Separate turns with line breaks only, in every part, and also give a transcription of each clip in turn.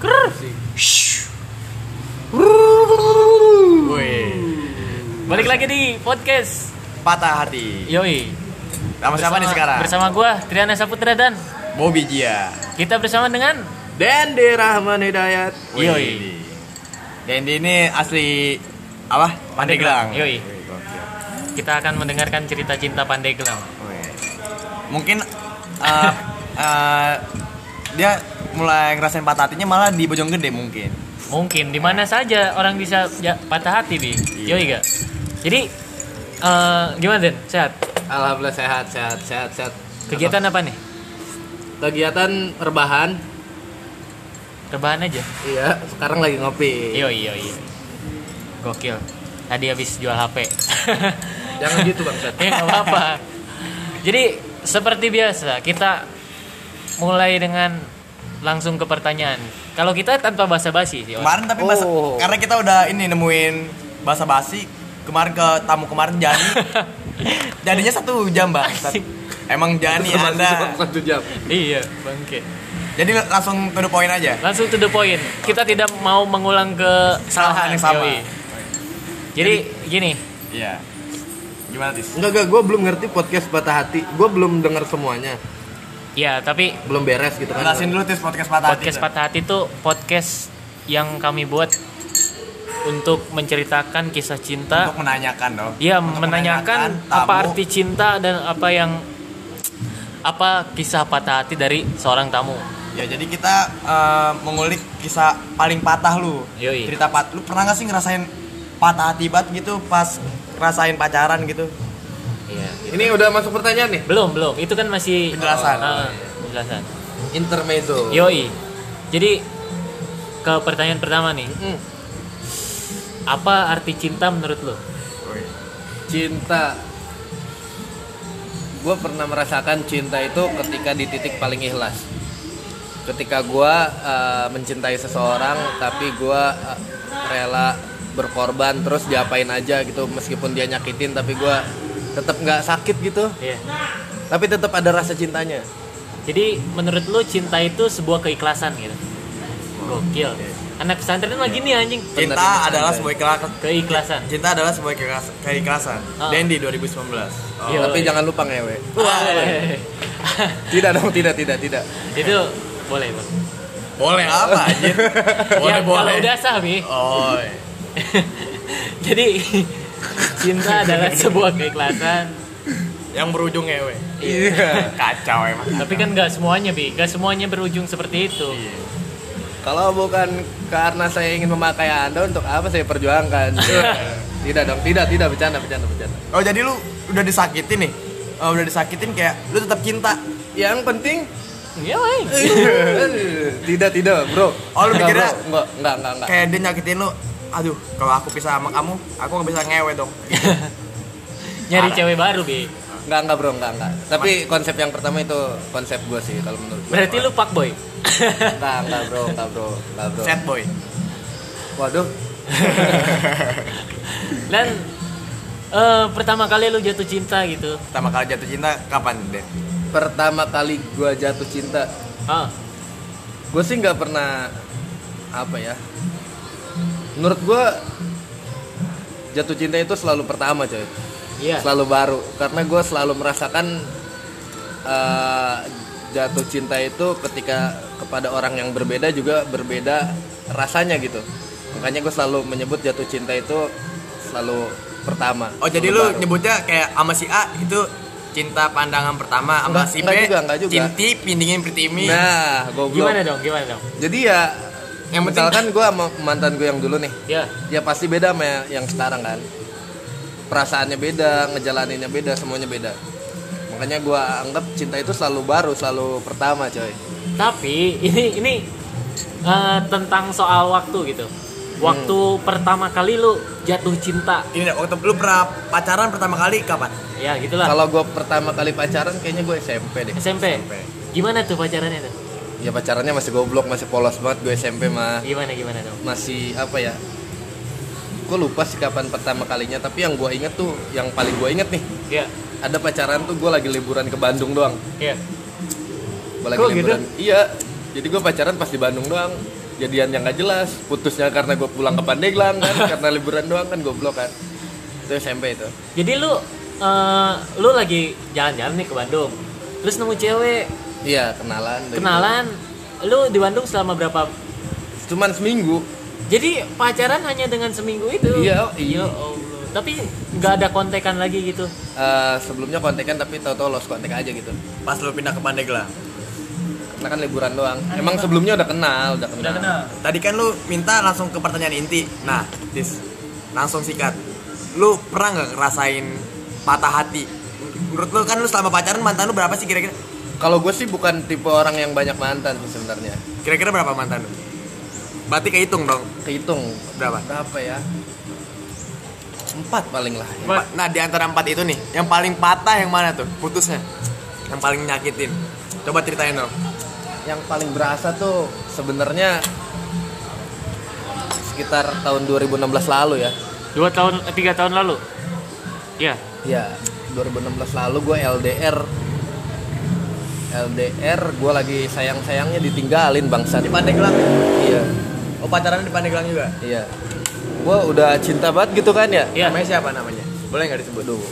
Krrr.
Asik.
Shhh. Wuh.
Wih.
Balik lagi di podcast.
Patah hati.
Yoi.
Sama siapa nih sekarang?
Bersama gua Triana Saputra dan
Bobby Jia.
kita bersama dengan
Dendi Rahman Hidayat. Wih.
Yoi.
Dendi ini asli apa? Pandeglang.
Yoi.
Wih, gokil.
kita akan mendengarkan cerita cinta Pandeglang.
Wih. Mungkin eh, eh, dia mulai ngerasain patah hatinya malah di Bojonggede mungkin.
Mungkin di mana saja orang bisa ja- patah hati, Bi.
Iya.
Yoi gak? Jadi eh, gimana Den? Sehat?
Alhamdulillah sehat, sehat, sehat, sehat.
Kegiatan apa nih?
Kegiatan rebahan.
Rebahan aja.
Iya, sekarang lagi ngopi.
Yoi, yoi. Gokil. Tadi habis jual HP.
Jangan gitu, Bang Sat.
Ya nggak apa-apa. Jadi seperti biasa kita mulai dengan langsung ke pertanyaan. Kalau kita tanpa basa-basi sih. Om.
Kemarin tapi bahasa-
Oh.
karena kita udah ini nemuin bahasa basi kemarin ke tamu kemarin Jani. Jadinya satu jam bang.
Asik.
Emang Jani
Terus
Kan ya, anda.
masuk Satu jam.
iya, bangke.
Jadi langsung to the point aja.
Langsung to the point. Kita tidak mau mengulang ke kesalahan
Kesalahan yang sama.
yoi. Jadi gini,
Iya. Gimana tis?
Enggak, enggak, gue belum ngerti podcast patah hati. Gue belum dengar semuanya.
ya tapi
Belum beres gitu kan.
Jelasin dulu tis podcast patah hati.
podcast patah hati itu podcast yang kami buat untuk menceritakan kisah cinta
Untuk menanyakan dong.
Iya
Untuk
menanyakan
tamu.
apa arti cinta dan apa yang apa kisah patah hati dari seorang tamu.
Ya jadi kita eh, mengulik kisah paling patah lu.
Yoi.
Cerita pat. Lu pernah gak sih ngerasain patah hati banget gitu pas ngerasain pacaran gitu?
Ini udah masuk pertanyaan nih.
Belum belum itu kan masih
Penjelasan.
Ah, penjelasan.
Intermezzo.
Yoi. Jadi ke pertanyaan pertama nih,
Hmm.
Mm.
apa arti cinta menurut lo?
Cinta. Gue pernah merasakan cinta itu ketika di titik paling ikhlas. Ketika gue mencintai seseorang, tapi gue rela berkorban terus diapain aja gitu, meskipun dia nyakitin, tapi gue tetap nggak sakit gitu,
Iya.
tapi tetap ada rasa cintanya.
Jadi menurut lo cinta itu sebuah keikhlasan gitu. Gokil. Anak pesantren lagi nih anjing.
Bener,
Cinta
bener,
adalah
bener.
sebuah kelas
Keikhlasan.
Cinta adalah sebuah keikras- keikhlasan.
Ah.
Dendi 2019. Oh,
Iya,
tapi
iya.
jangan lupa ngewe.
Wah.
Tidak dong, tidak, tidak, tidak.
itu boleh bang.
Boleh apa anjir? Boleh
Ya,
boleh.
Kalau udah sah bi.
Oh. iya.
Jadi cinta adalah sebuah keikhlasan.
Yang berujung ngewe.
Iya.
Kacau emang.
Tapi kan nggak semuanya bi, nggak semuanya berujung seperti itu.
Iya.
Kalau bukan karena saya ingin memakai Anda untuk apa saya perjuangkan? Iya. tidak dong, tidak, tidak bercanda, bercanda, bercanda.
Oh jadi lu udah disakitin nih? Oh, udah disakitin kayak lu tetap cinta.
Yang penting
Iya woy.
tidak, tidak, Bro.
Oh, lu
Enggak,
mikirnya-
bro. enggak, enggak, enggak, enggak.
Kayak dia nyakitin lu. Aduh, kalau aku pisah sama kamu, aku nggak bisa ngewe dong.
Nyari
Parah.
cewek baru bi.
Enggak, enggak, Bro, enggak, enggak. Tapi konsep yang pertama itu konsep gue sih kalau menurut gue.
Berarti lu pak boy.
Enggak, enggak, Bro, enggak, Bro, enggak, Bro.
Sad boy.
Waduh,
Dan eh, pertama kali lu jatuh cinta gitu.
Pertama kali jatuh cinta kapan, Den?
pertama kali gua jatuh cinta,
Ah,
gue sih nggak pernah apa ya menurut gue jatuh cinta itu selalu pertama coy
iya.
selalu baru karena gue selalu merasakan eh, jatuh cinta itu ketika kepada orang yang berbeda juga berbeda rasanya gitu makanya gue selalu menyebut jatuh cinta itu selalu pertama
Oh, jadi
selalu
lu
baru.
nyebutnya kayak sama si A itu cinta pandangan pertama sama
Enggak-
si B
enggak juga, enggak juga.
cinti pindingin pertimi
nah goblok
Gimana dong? Gimana dong?
jadi ya
Yang
yang
penting-
misalkan gue sama mantan gue yang dulu nih
Ya.
ya pasti beda sama yang- yang sekarang kan perasaannya beda ngejalaninnya beda semuanya beda makanya gua anggap cinta itu selalu baru selalu pertama coy
Tapi ini ini eh, tentang soal waktu gitu. Waktu pertama kali lu jatuh cinta.
ini deh, waktu lu pernah pacaran pertama kali kapan
Ya gitulah.
kalau gua pertama kali pacaran kayaknya gue SMP deh
SMP. Gimana tuh pacarannya tuh?
ya pacarannya masih goblok masih polos banget gue SMP mah
Gimana gimana dong?
masih apa ya gue lupa sih kapan pertama kalinya tapi yang gua inget tuh yang paling gua inget nih
Iya.
ada pacaran tuh gua lagi liburan ke Bandung doang
Iya.
Gua lagi
Kok gitu?
liburan iya jadi gue pacaran pas di Bandung doang jadian yang gak jelas putusnya karena gue pulang ke Pandeglang kan karena liburan doang kan goblok kan itu SMP itu
Jadi lu eh, lu lagi jalan-jalan nih ke Bandung. Terus nemu cewek,
iya kenalan dari-
kenalan. Lu di Bandung selama berapa?
cuman seminggu
Jadi pacaran hanya dengan seminggu itu.
Iya,
Ya
iya.
Allah. Tapi nggak ada kontekan lagi gitu.
Eh, sebelumnya kontekan tapi tau-tau lost kontek aja gitu
Pas lu pindah ke Pandeglang.
karena kan liburan doang emang sebelumnya udah kenal udah kenal,
Tadi kan lu minta langsung ke pertanyaan inti. Nah, Tis, langsung sikat. Lu pernah nggak ngerasain patah hati? Menurut lu kan lu selama pacaran mantan lu berapa sih kira-kira?
kalau gue sih bukan tipe orang yang banyak mantan sih sebenarnya
Kira-kira berapa mantan lu? Berarti kehitung dong
kehitung
berapa?
berapa ya empat paling lah
Empat. Nah, di antara empat itu nih, yang paling patah yang mana tuh? Putusnya. Yang paling nyakitin. Coba ceritain dong.
yang paling berasa tuh sebenarnya sekitar tahun 2016 lalu ya
Dua tahun, eh, tiga tahun lalu. Iya.
ya 2016 lalu gue LDR LDR gue lagi sayang sayangnya ditinggalin bangsa
Di Pandeglang.
iya
Oh, pacarannya di Pandeglang juga.
iya gue udah cinta banget gitu kan ya
Iya.
Namanya siapa namanya? Boleh nggak disebut?
Waduh,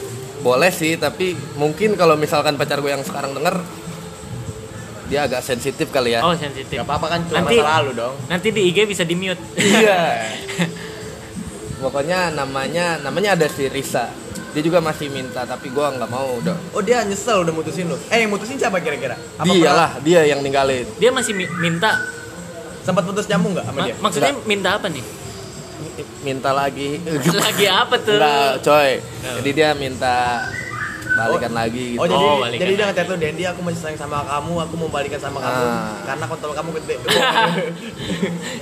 boleh sih, tapi mungkin kalau misalkan pacar gue yang sekarang denger, dia agak sensitif kali ya.
Oh sensitif.
Gak apa-apa kan cuma
Nanti-
masa lalu dong.
Nanti di IG bisa di mute.
Iya. Pokoknya namanya namanya ada si Risa. Dia juga masih minta, tapi gue nggak mau udah.
Oh dia nyesel udah mutusin lu. Eh yang mutusin siapa kira-kira? Apa
Dia
pernah
lah, dia yang ninggalin.
dia masih mi- minta.
Sempat putus nyambung nggak sama
Ma-
Iya.
dia?
maksudnya minta apa nih?
Minta lagi.
Lagi apa tuh?
Enggak, coy. Jadi dia minta balikan lagi gitu.
Oh jadi
Oh, balikan.
jadi dia ngechat lu Dendi aku masih sayang sama kamu, aku mau balikan sama kamu
Ah.
karena kontol kamu gede.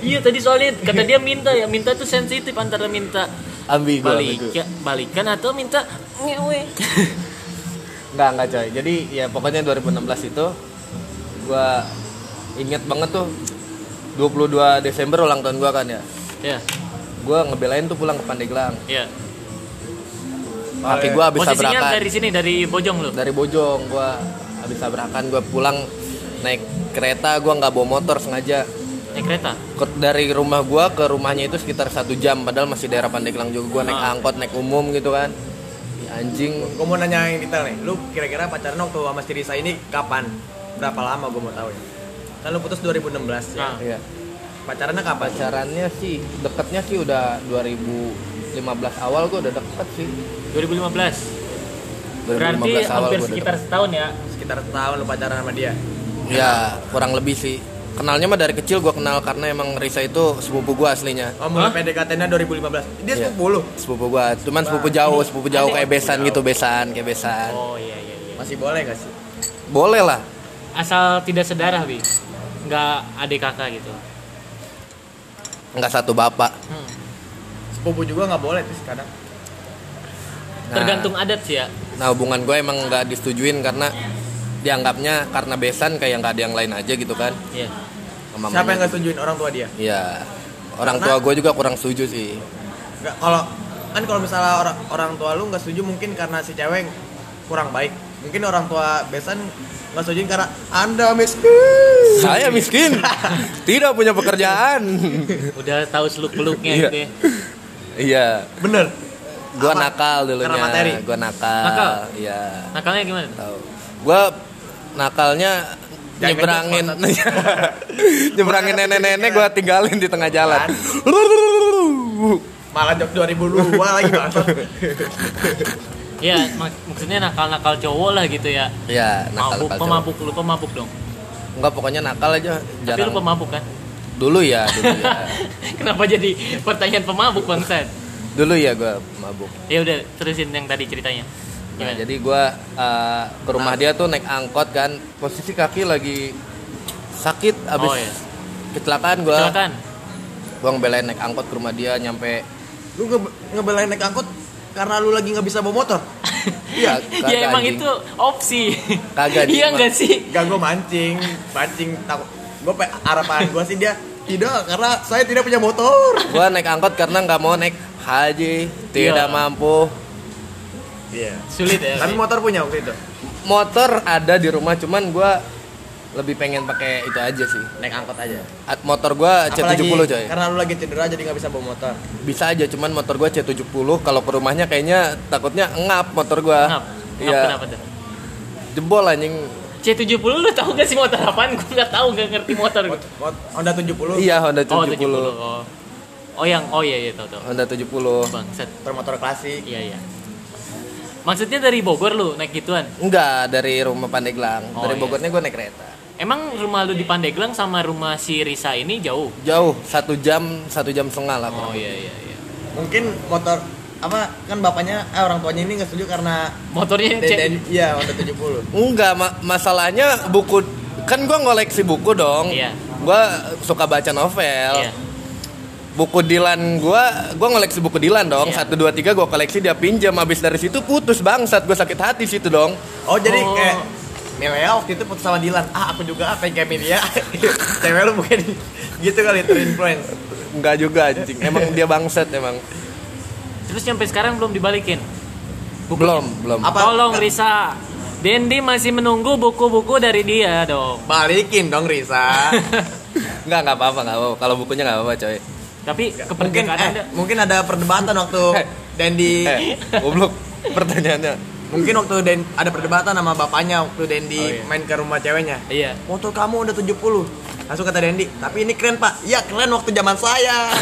iya tadi soalnya kata dia minta ya minta tuh sensitif antara minta
Ambigu,
balik ya,
ambigu.
balikan atau minta ngewe
Enggak, enggak coy. Jadi ya pokoknya 2016 itu gua inget banget tuh 22 Desember ulang tahun gua kan ya.
ya
Gua ngebelain tuh pulang ke Pandeglang.
ya
Tapi gua habis
posisinya
tabrakan
dari sini dari Bojong lu
dari Bojong gua habis tabrakan gua pulang naik kereta gua nggak bawa motor sengaja
naik kereta
Ke- dari rumah gua ke rumahnya itu sekitar satu jam padahal masih daerah Pandeglang juga gua naik
Ah.
angkot naik umum gitu kan Ya, anjing
Gue mau nanya yang detail nih, lu kira-kira pacaran waktu sama si Risa ini kapan? Berapa lama gue mau tahu ya? Kan lu putus 2016 ya.
nah
Iya.
Pacarannya kapan?
pacarannya sih deketnya sih udah 2015 awal gua udah deket sih
2015
2015
berarti
awal
hampir
gua udah
sekitar
dapet.
setahun ya
Sekitar setahun lu pacaran sama dia.
ya kurang lebih sih kenalnya mah dari kecil gua kenal karena emang Risa itu sepupu gua aslinya
Oh,
Hah?
mulai PDKT-nya 2015. Dia
Iya.
sepupu lu.
sepupu gua cuman sepupu jauh sepupu jauh kayak besan gitu besan kayak besan
oh iya iya iya
Masih boleh gak sih?
boleh lah
asal tidak sedarah bi nggak adik kakak gitu
nggak satu bapak
Hmm.
Sepupu juga nggak boleh tuh sekarang.
Nah.
tergantung adat sih ya
nah hubungan gue emang nggak disetujuin karena dianggapnya karena besan kayak nggak ada yang lain aja gitu kan
Iya.
sama
Siapa yang
mamanya.
gak setujuin orang tua dia?
Iya. orang tua gue juga kurang setuju sih
Nggak, kalau kan kalau misalnya orang orang tua lu nggak setuju mungkin karena si cewek kurang baik. Mungkin orang tua besan nggak setujuin karena anda miskin.
saya miskin tidak punya pekerjaan
udah tahu seluk beluknya
Iya.
gitu ya
iya
Bener.
gue
Apa?
nakal dulunya
Karena materi?
gue nakal,
Nakal?
iya
nakalnya gimana
tahu gue nakalnya
Jangan gitu,
nyebrangin
ngejok,
nyebrangin nenek-nenek
ya.
gue tinggalin di tengah jalan
Malah jok 2002 lagi bang.
ya mak- maksudnya nakal nakal cowok lah gitu ya
ya
mabuk
nakal
pemabuk lu pemabuk dong
Enggak pokoknya nakal aja
tapi lu
jarang.
pemabuk kan
Dulu ya, dulu ya.
Kenapa jadi pertanyaan pemabuk bangsat?
dulu ya gua mabuk.
Ya udah terusin yang tadi ceritanya.
Nah,
Gimana?
jadi gua eh, ke
Nah.
rumah dia tuh naik angkot kan. Posisi kaki lagi sakit abis
Oh, iya.
kecelakaan gua.
Silakan.
Gua ngebelain naik angkot ke rumah dia nyampe
lu nge ngebelain naik angkot karena lu lagi nggak bisa bawa motor.
Iya,
ya
kagak,
emang
anjing.
itu opsi.
Kagak, anjing,
Iya
emang.
enggak sih?
Gak gue mancing, mancing takut. Gue pe harapan gue sih dia tidak karena saya tidak punya motor.
gua naik angkot karena nggak mau naik haji, tidak
Iya.
mampu.
Iya.
Sulit ya.
Kan Tapi motor punya waktu itu.
Motor ada di rumah cuman gua lebih pengen pakai itu aja sih
naik angkot aja
At- motor gua
Apalagi
C70 coy
karena lu lagi cedera jadi nggak bisa bawa motor
bisa aja cuman motor gua C70 kalau ke rumahnya kayaknya takutnya ngap motor gua
Ngap. Ngap
iya
kenapa tuh?
jebol anjing
C70 lu tahu gak sih motor apaan? Gue nggak tahu, nggak ngerti motor.
Mot- mot- Honda 70
iya Honda
Oh,
70,
70. Oh. oh, yang oh iya iya tahu tahu.
Honda 70
Bangsat.
motor klasik
Iya iya. Maksudnya dari Bogor lu naik gituan?
enggak dari rumah Pandeglang
Oh,
dari
iya.
Bogornya gua naik kereta
Emang rumah lu di Pandeglang sama rumah si Risa ini jauh?
jauh satu jam satu jam setengah lah
Oh iya iya iya.
mungkin motor apa kan bapaknya eh, orang tuanya ini nggak setuju karena
Motornya
deden
C
iya Honda 70
Enggak, ma- masalahnya buku kan gua ngoleksi buku dong.
Iya.
Gua suka baca novel.
Iya.
Buku Dilan gua gua ngoleksi buku Dilan dong.
Iya.
Satu dua tiga gua koleksi dia pinjam habis dari situ putus bangsat gua sakit hati situ dong.
oh jadi
Oh.
kayak Milea waktu itu putus sama Dilan ah aku juga apa yang kayak Milia cewek lu mungkin gitu kali terinfluence
Enggak juga anjing. Emang dia bangsat emang.
Terus sampai sekarang belum dibalikin.
Belum, belum.
Apa-
Tolong Risa. Dendi masih menunggu buku-buku dari dia dong.
balikin dong Risa
Enggak, enggak apa-apa, enggak apa-apa. Kalau bukunya enggak apa-apa, coy.
Tapi
mungkin
kepentingan
eh,
Anda.
mungkin ada perdebatan waktu Dendi
Eh, goblok. Pertanyaannya.
mungkin waktu Den ada perdebatan sama bapaknya waktu Dendi
Oh, iya.
main ke rumah ceweknya
Iya.
motor kamu udah 70 langsung kata Dendi tapi ini keren pak iya keren waktu zaman saya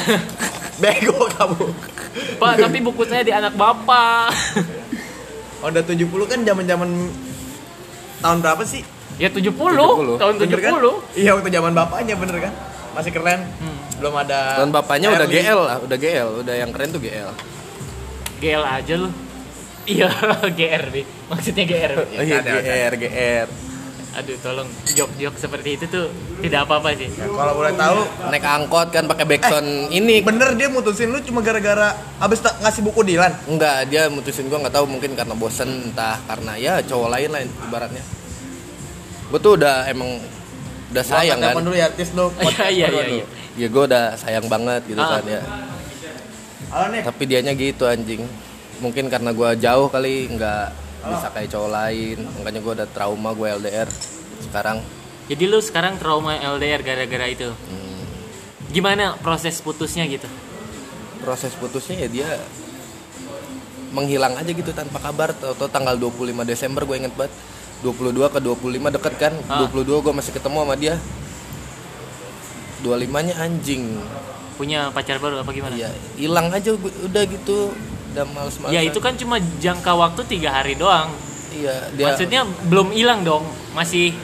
bego kamu
Pak, tapi buku saya di anak bapak.
Honda 70 kan zaman zaman tahun berapa sih
ya 70,
70.
tahun 70.
Bener kan? iya waktu zaman bapaknya bener kan masih keren belum ada
Dan bapaknya udah
early.
GL lah, udah GL, udah yang keren tuh GL.
GL aja lu. Iya, GR deh. Maksudnya GR. Bi.
Iya,
Oh iya,
ada,
GR, GR.
Aduh, tolong jok-jok seperti itu tuh tidak apa-apa sih.
Ya, kalau boleh tahu
Naik angkot kan pakai backsound ini
bener dia mutusin lu cuma gara-gara abis ta- ngasih buku Dilan
Enggak, dia mutusin gua nggak tahu mungkin karena bosen entah karena ya cowok lain lah ibaratnya. Gua tuh udah emang udah sayang
Gua angkat telepon
kan.
dulu ya artis lu
Iya, iya, iya, iya.
Ya gua udah sayang banget gitu
Ah.
kan ya.
halo nih
Tapi dianya gitu anjing. Mungkin karena gua jauh kali nggak
Oh.
bisa kayak cowok lain. Makanya gua udah trauma gua LDR sekarang.
Jadi lu sekarang trauma LDR gara-gara itu.
Hmm.
Gimana proses putusnya gitu?
proses putusnya ya dia menghilang aja gitu tanpa kabar atau tanggal 25 Desember gue inget banget 22 ke 25 deket kan
Ah.
22 gue masih ketemu sama dia 25 nya anjing
Punya pacar baru apa gimana?
ya hilang aja gue, udah gitu udah males-malesan
Ya itu kan cuma jangka waktu tiga hari doang.
iya dia
Maksudnya belum hilang dong. Masih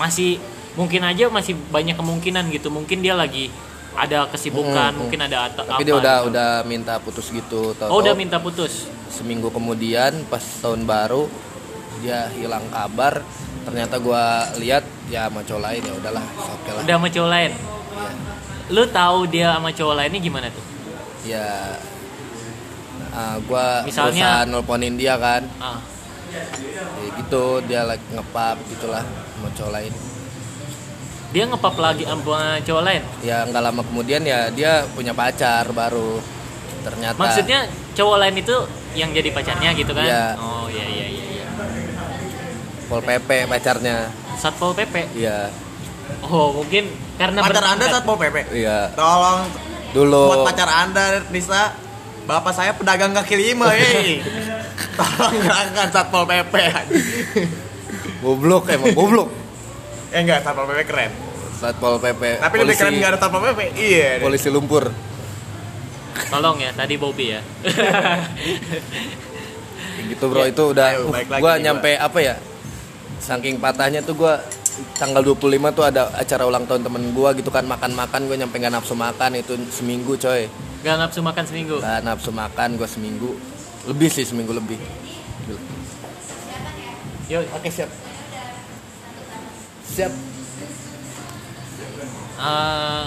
masih mungkin aja masih banyak kemungkinan gitu. Mungkin dia lagi ada kesibukan,
Hmm,
mungkin ada at-
tapi
apa
dia udah
gitu.
udah minta putus gitu
Oh,
tahu-tahu
udah minta putus.
seminggu kemudian pas tahun baru dia hilang kabar ternyata gue lihat ya sama cowok lain ya udahlah oke lah
Udah sama cowok lain.
Iya.
Lu tahu dia sama cowok lainnya gimana tuh?
ya uh, gua
Misalnya-
berusaha nelponin dia kan
Ah,
ya gitu dia like ngepap gitulah mau cowok lain
dia ngepap lagi sama cowok lain.
ya nggak lama kemudian ya dia punya pacar baru ternyata
Maksudnya
Ah.
cowok lain itu yang jadi pacarnya gitu kan?
Iya.
Oh iya iya iya. iya.
pol pp pacarnya
Satpol PP.
iya
Oh mungkin karena
pacar anda
bertingkat.
satpol pp
iya
tolong buat
dulu
pacar anda Risa bapak saya pedagang kaki lima hei tolong gerakan satpol Eh, pp
goblok emang goblok
eh enggak satpol pp keren
saat pol pp
tapi lebih keren nggak ada satpol pp iya
polisi lumpur
Tolong ya tadi Bobby ya.
gitu bro itu udah
Iya. Ayo,
uh,
balik lagi
gua
nih,
nyampe apa ya saking patahnya tuh gua tanggal 25 tuh ada acara ulang tahun temen gua gitu kan makan-makan gue nyampe nggak nafsu makan itu seminggu coy
Gak nafsu makan seminggu.
nggak nafsu makan gua seminggu lebih sih seminggu lebih
Yo,
oke siap siap
eh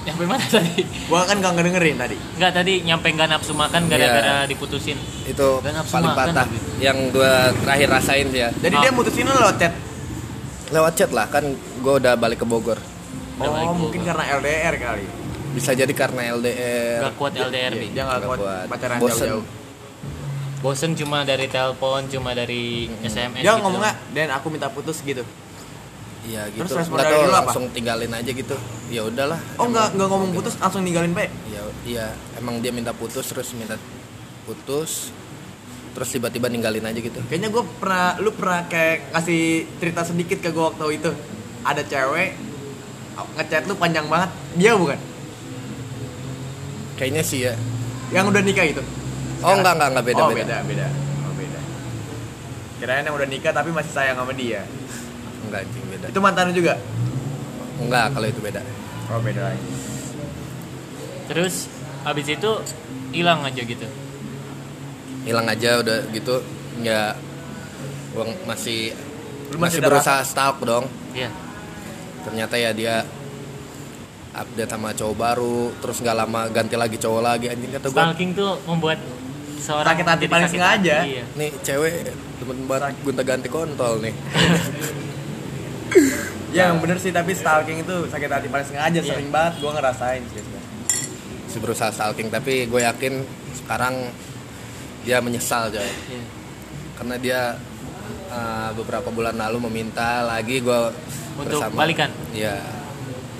nyampe mana tadi?
gua kan gak ngedengerin tadi
Enggak tadi nyampe gak nafsu
Iya.
makan gara-gara diputusin.
itu
Nggak nafsu
paling
makan
patah
lagi.
yang gua terakhir rasain sih ya
jadi
Ah.
dia mutusin lo lewat chat
lewat chat lah kan gua udah balik ke Bogor
Udah balik
oh
gua.
mungkin karena LDR kali
bisa jadi karena LDR
Gak kuat LDR nih.
dia nggak
Iya, Nggak
kuat
kuat.
pacaran
Bosen.
jauh-jauh
Bosen cuma dari telepon, cuma dari SMS
dia
gitu.
ngomongnya dan aku minta putus gitu
ya gitu
Terus respon
Nggak
dari
tahu,
lu apa?
langsung tinggalin aja gitu ya udahlah
Oh
emang-
nggak nggak ngomong putus langsung ninggalin pe?
ya iya emang dia minta putus terus minta putus terus tiba-tiba ninggalin aja gitu
Kayaknya gue pernah, lu pernah kayak kasih cerita sedikit ke gue waktu itu Ada cewek ngechat lu panjang banget Dia bukan?
kayaknya sih ya
Yang udah nikah gitu?
oh enggak enggak enggak beda
oh,
beda
beda beda Oh beda Kirain yang udah nikah tapi masih sayang sama dia
enggak anjing beda
Itu mantan lu juga?
enggak kalau itu beda
Oh beda lagi
Terus habis itu hilang aja gitu.
hilang aja udah gitu nggak gua masih
Lu masih
masih,
ada
berusaha stalk dong
Iya.
ternyata ya dia update sama cowok baru terus nggak lama ganti lagi cowok lagi anjing kata gua
Stalking tuh membuat seorang
Sakit hati
jadi
paling
sakit
sengaja.
hati, Iya.
nih cewek temen buat gonta ganti kontol nih
Ya yang bener sih tapi stalking itu sakit hati paling sengaja
Iya.
Sering banget gue ngerasain sih
si berusaha stalking tapi gue yakin sekarang dia menyesal coy
Iya.
karena dia uh, beberapa bulan lalu meminta lagi gue
Untuk balikan?
ya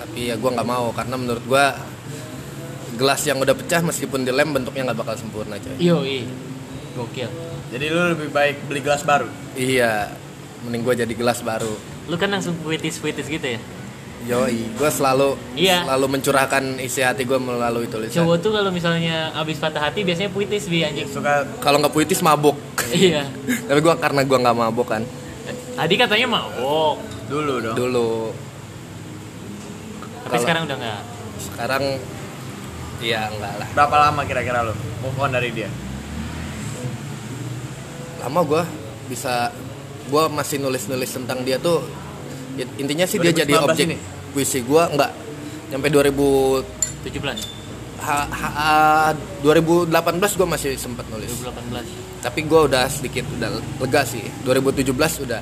tapi ya gue nggak mau karena menurut gue gelas yang udah pecah meskipun dilem bentuknya nggak bakal sempurna coy
Yo, iya. Gokil.
Jadi lu lebih baik beli gelas baru?
iya mending gue jadi gelas baru
Lu kan langsung puitis-puitis gitu ya.
yoi gue selalu
Iya.
selalu mencurahkan isi hati gue melalui tulisan
Cowok tuh kalau misalnya habis patah hati biasanya puitis bi anjing.
Suka
kalau nggak puitis mabuk
Iya.
tapi gue karena gue nggak mabuk kan
Tadi katanya mabok,
dulu dong
dulu
tapi
Kalau-
sekarang udah enggak.
sekarang ya enggak lah
Berapa lama kira-kira lu move on dari dia?
lama gue bisa gue masih nulis-nulis tentang dia tuh i- intinya sih dia jadi
2019
objek
ini?
puisi gue enggak nyampe 2000
17,
ha- ha- ha- 2018 gue masih sempat nulis
2018.
tapi gue udah sedikit udah lega sih 2017 udah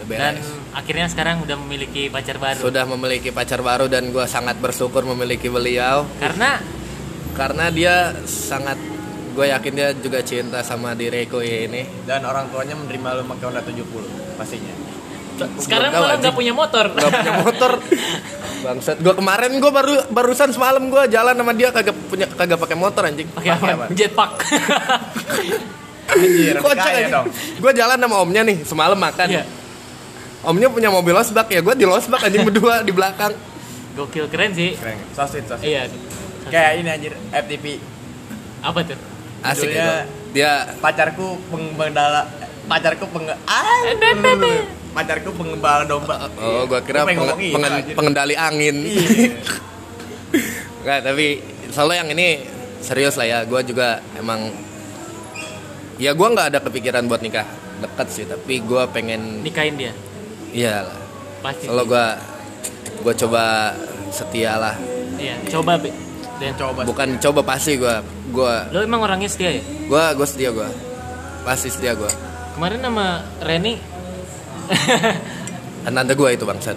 udah beres
Dan akhirnya sekarang udah memiliki pacar baru.
sudah memiliki pacar baru dan gue sangat bersyukur memiliki beliau
Karena
karena dia sangat gue yakin dia juga cinta sama diriku ini
Dan orang tuanya menerima lu pakai Honda 70 pastinya
sekarang
tahu,
malah
anjing.
nggak punya motor.
nggak punya motor bangsat gue kemarin gue baru barusan semalam gue jalan sama dia kagak punya kagak pakai motor anjing
Pakai apa?
Pakai apa?
Jetpack.
Anjir, Iya,
kocak
kaya
anjing
dong
gue jalan sama omnya nih semalam makan
Iya.
omnya punya mobil losbak ya gue di losbak anjing berdua di belakang
Gokil keren sih.
Keren, sosit, sosit
Iya.
Kayak ini anjir, FTP
Apa tuh?
asik
Judulnya-
itu dia
Pacarku pengendala Pacarku peng... Ah, Pacarku pengembala domba
oh gue kira
Gua pengen
penge-
ngomong itu,
pengen-
anjir.
pengendali angin
Iya.
nggak tapi soalnya yang ini serius lah ya gue juga emang ya gue nggak ada kepikiran buat nikah deket sih tapi gue pengen
Nikahin dia.
iya lah
Pasti.
Kalau gua gua coba setia lah.
Iya, coba Be. Dan
Coba
Bukan coba pasti gua. Gua
Lo emang orangnya setia ya?
gua gua setia gua. Pasti setia gua.
Kemarin sama Reni
Dan Tante gua itu bangsat.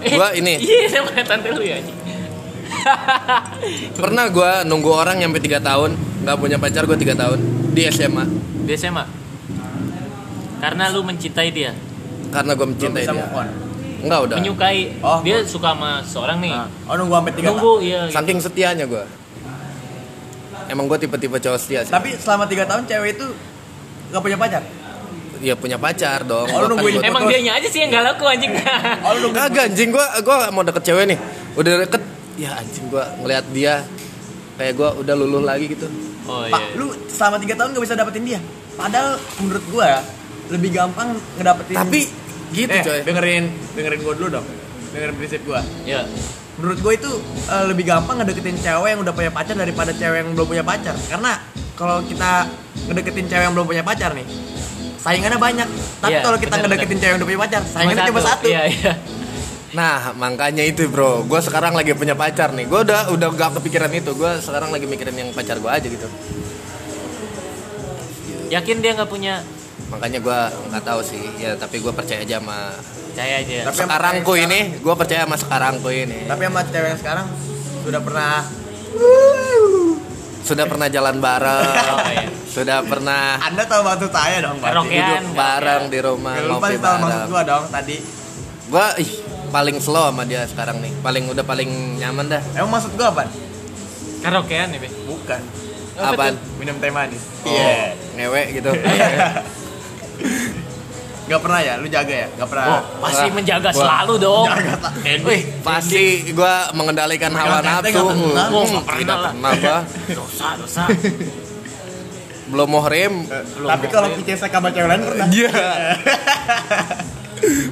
Gua ini
Iya, sama tante lu ya. anjing.
pernah gua nunggu orang nyampe 3 tahun, nggak punya pacar gua 3 tahun di SMA
Di SMA. Karena lu mencintai dia,
karena gua
Belum
mencintai
bisa
dia.
move on
Enggak udah.
menyukai.
Oh.
dia suka sama seorang nih.
Nah, Oh nunggu sampai 3 tahun
Nunggu iya. gitu.
Saking setianya gua. Emang gua tipe-tipe cowok setia sih.
Tapi selama 3 tahun cewek itu Gak punya pacar?
Ya punya pacar
Oh, lu
dong. Gua kan
nungguin
gua-
Emang
Betul.
dianya aja sih yang gak laku anjing.
Oh lu nunggu
Kagak anjing gua gua mau deket cewek nih. Udah deket ya anjing gua ngelihat dia kayak gua udah luluh lagi gitu.
oh
Pak,
iya.
lu selama 3 tahun gak bisa dapetin dia Padahal menurut gua ya Lebih gampang ngedapetin
Tapi gitu
eh,
coy.
dengerin dengerin gua dulu dong dengerin prinsip gua
Iya.
menurut gue itu eh, lebih gampang ngedeketin cewek yang udah punya pacar daripada cewek yang belum punya pacar karena kalau kita ngedeketin cewek yang belum punya pacar nih saingannya banyak tapi
Iya,
kalau kita
benar-benar.
ngedeketin cewek yang udah punya pacar saingannya cuma satu,
Iya, iya.
Nah, makanya itu bro. Gua sekarang lagi punya pacar nih. Gua udah udah gak kepikiran itu. Gua sekarang lagi mikirin yang pacar gua aja gitu.
Yakin dia nggak punya
Makanya gua nggak tahu sih. Ya tapi gua percaya aja sama
Percaya aja.
Tapi yang
sekarangku
percaya
ini. Gua percaya sama sekarangku ini.
tapi sama cewek yang sekarang sudah pernah
Sudah pernah jalan bareng.
Oh, iya.
sudah pernah
anda tahu maksud saya dong berarti
Karaoke.
duduk
Kan,
bareng di rumah
Ya, lu
ngopi
pasti tahu maksud
bareng.
gue dong tadi
Gua ih paling slow sama dia sekarang nih paling udah paling nyaman dah
Emang maksud gua apa?
Karaokean ya, Be?
Bukan.
Apa
apaan
Minum teh manis.
Oh, ngewek gitu
Iya.
Gak pernah ya? Lu jaga ya? Gak pernah.
Oh, pasti
Wah.
menjaga
Wah.
selalu dong.
Jaga, Pak.
Dan wih,
pasti gua mengendalikan hawa
Mengendalikan nggak
nafsu
pernah.
Oh,
Hmm,
nggak pernah
tidak
lah.
pernah gua
dosa, dosa.
belum muhrim
Belum
Tapi kalau kicesa sama cewek lain pernah.
iya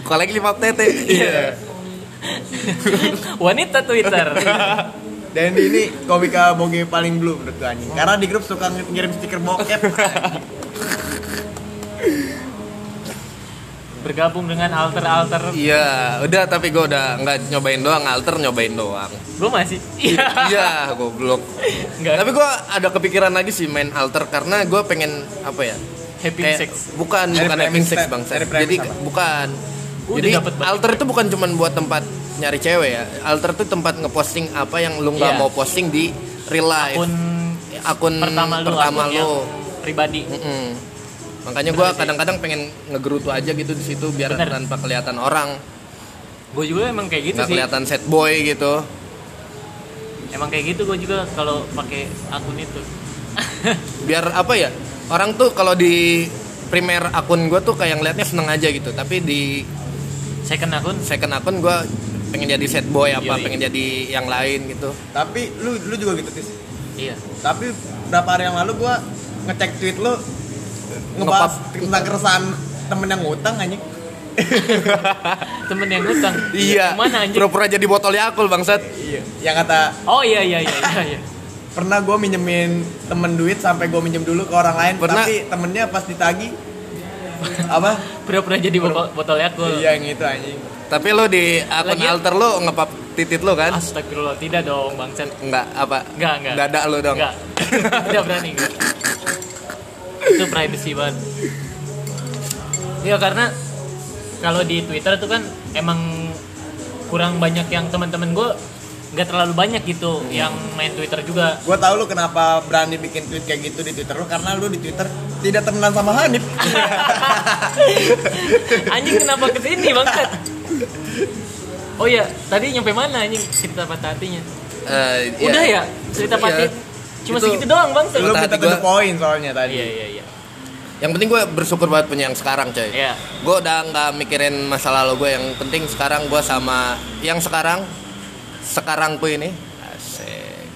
kolek lima tete iya
Wanita Twitter.
Dan ini komika boge paling blue menurut gua anjing. Karena di grup suka ng- ngirim stiker bokep.
Bergabung dengan alter-alter.
iya udah tapi gua udah nggak nyobain doang alter nyobain doang
Gue masih. Iya.
iya goblok
Nggak.
tapi gua ada kepikiran lagi sih main alter karena gua pengen apa ya
Happy
Kayak-
sex.
bukan
Dari
bukan
premis,
having sex
Ted.
bang Seth.
Dari premis
jadi
apa?
bukan
Udah
jadi
dapet banget.
alter itu bukan cuman buat tempat nyari cewek ya alter itu tempat ngeposting apa yang lu
Iya.
nggak mau posting di real life
Akun
eh, akun
pertama lu,
pertama
akunnya
lu.
pribadi.
Mm-mm. makanya gua
sih.
kadang-kadang pengen ngegerutu aja gitu di situ biar
Bener.
tanpa kelihatan orang
Gue juga emang kayak gitu
nggak
sih.
kelihatan set boy gitu
Emang kayak gitu gue juga kalau pakai akun itu.
biar apa ya orang tuh kalau di primer akun gua tuh kayak ngeliatnya seneng aja gitu tapi di
Second akun
second akun gua pengen jadi set boy apa
Yoi.
pengen jadi yang lain gitu
Tapi lu lu juga gitu, Tis.
iya.
Tapi berapa hari yang lalu gua ngecek tweet lu ngebahas tentang keresahan temen yang ngutang anjing.
Temen yang ngutang.
Iya.
Mana anjing?
Pura-pura jadi botol Yakult bangsat.
Iya. Yang kata
Oh iya iya iya iya. iya.
pernah gue minjemin temen duit sampai gue minjem dulu ke orang lain
Pernah.
tapi temennya pas ditagi apa
Pura-pura jadi botol, botol Yakult.
iya yang itu anjing
Tapi lo di akun
Lagian-
alter lo ngepap titit lo kan?
Astagfirullah, tidak dong Bang Chan.
Enggak apa?
Enggak, enggak.
Dada lo dong.
Enggak. Tidak berani gue. Itu privacy banget. Iya karena kalau di Twitter tuh kan emang kurang banyak yang teman-teman gue nggak terlalu banyak
Hmm.
gitu yang main Twitter juga.
gue tau lu kenapa berani bikin tweet kayak gitu di twitter lu karena lu di twitter tidak temenan sama Hanif
anjing kenapa kesini bangsat? Oh iya, tadi nyampe mana anjing cerita patah hatinya?
Eh, iya.
Udah ya cerita
Iya.
patah hati? Cuma
Itu-
segitu doang bang.
lu
Patah
minta
hati
to the
gua.
point soalnya tadi
Iya iya iya.
Yang penting gue bersyukur banget punya yang sekarang coy.
Iya.
Gue udah nggak mikirin masa lalu gue. Yang penting sekarang gue sama yang sekarang sekarangku ini. Asik.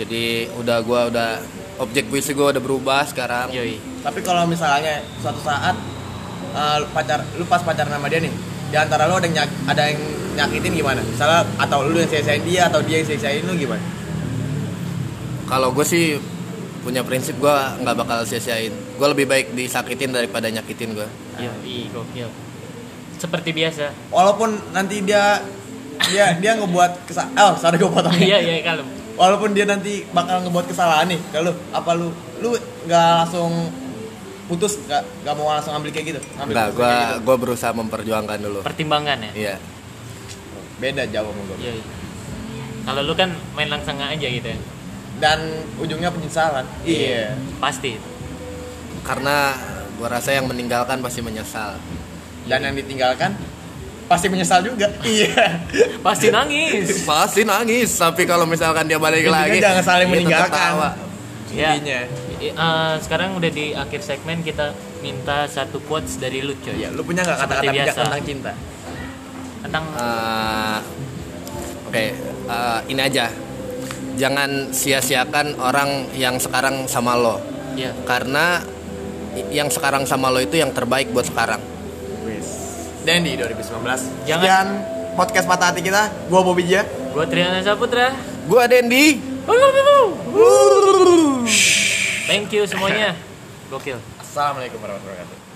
Jadi udah gue udah objek puisi gue udah berubah sekarang.
Yoi.
tapi kalau misalnya suatu saat eh, lu pacar lu pas pacaran sama dia nih di antara lu ada yang nyak- ada yang nyakitin gimana misalnya atau lu yang sia-siain dia atau dia yang sia-siain lu gimana
Kalau gue sih punya prinsip gue nggak bakal sia-siain. Gue lebih baik disakitin daripada nyakitin gue.
Ah, iya.
Yoi, Iya, gokil. Seperti biasa.
walaupun nanti dia dia dia ngebuat kesa oh sorry gue potong
Iya iya kalem.
walaupun dia nanti bakal ngebuat kesalahan nih kalau apa lu lu nggak langsung putus nggak nggak mau langsung ambil kayak gitu ambil
Enggak,
keputusan
gua
kayak gitu.
gua berusaha memperjuangkan dulu.
Pertimbangan ya.
Iya.
beda jauh sama gue
Yoi. Kalau lu kan main langsung aja gitu ya.
dan ujungnya penyesalan iya
Pasti.
Karena gua rasa yang meninggalkan pasti menyesal.
dan yang ditinggalkan pasti menyesal juga iya
Pasti nangis.
Pasti nangis, tapi kalau misalkan dia balik
Intinya
lagi
Iya, jangan saling
dia tetap
meninggalkan. Iya.
tawa.
Ya.
Intinya.
I- eh, sekarang udah di akhir segmen kita minta satu quotes dari lu coy.
iya lu punya nggak
Seperti
kata-kata bijak
biasa.
tentang cinta
Tentang
Eh, Oke, eh, ini aja. Jangan sia-siakan orang yang sekarang sama lo.
ya.
Karena i- yang sekarang sama lo itu yang terbaik buat sekarang.
dan di 2019
Jangan-
Sekian podcast patah hati kita gua Bobby Jia
Gua Triana Saputra.
Gua Dendi.
Thank you semuanya. Gokil.
assalamualaikum warahmatullahi wabarakatuh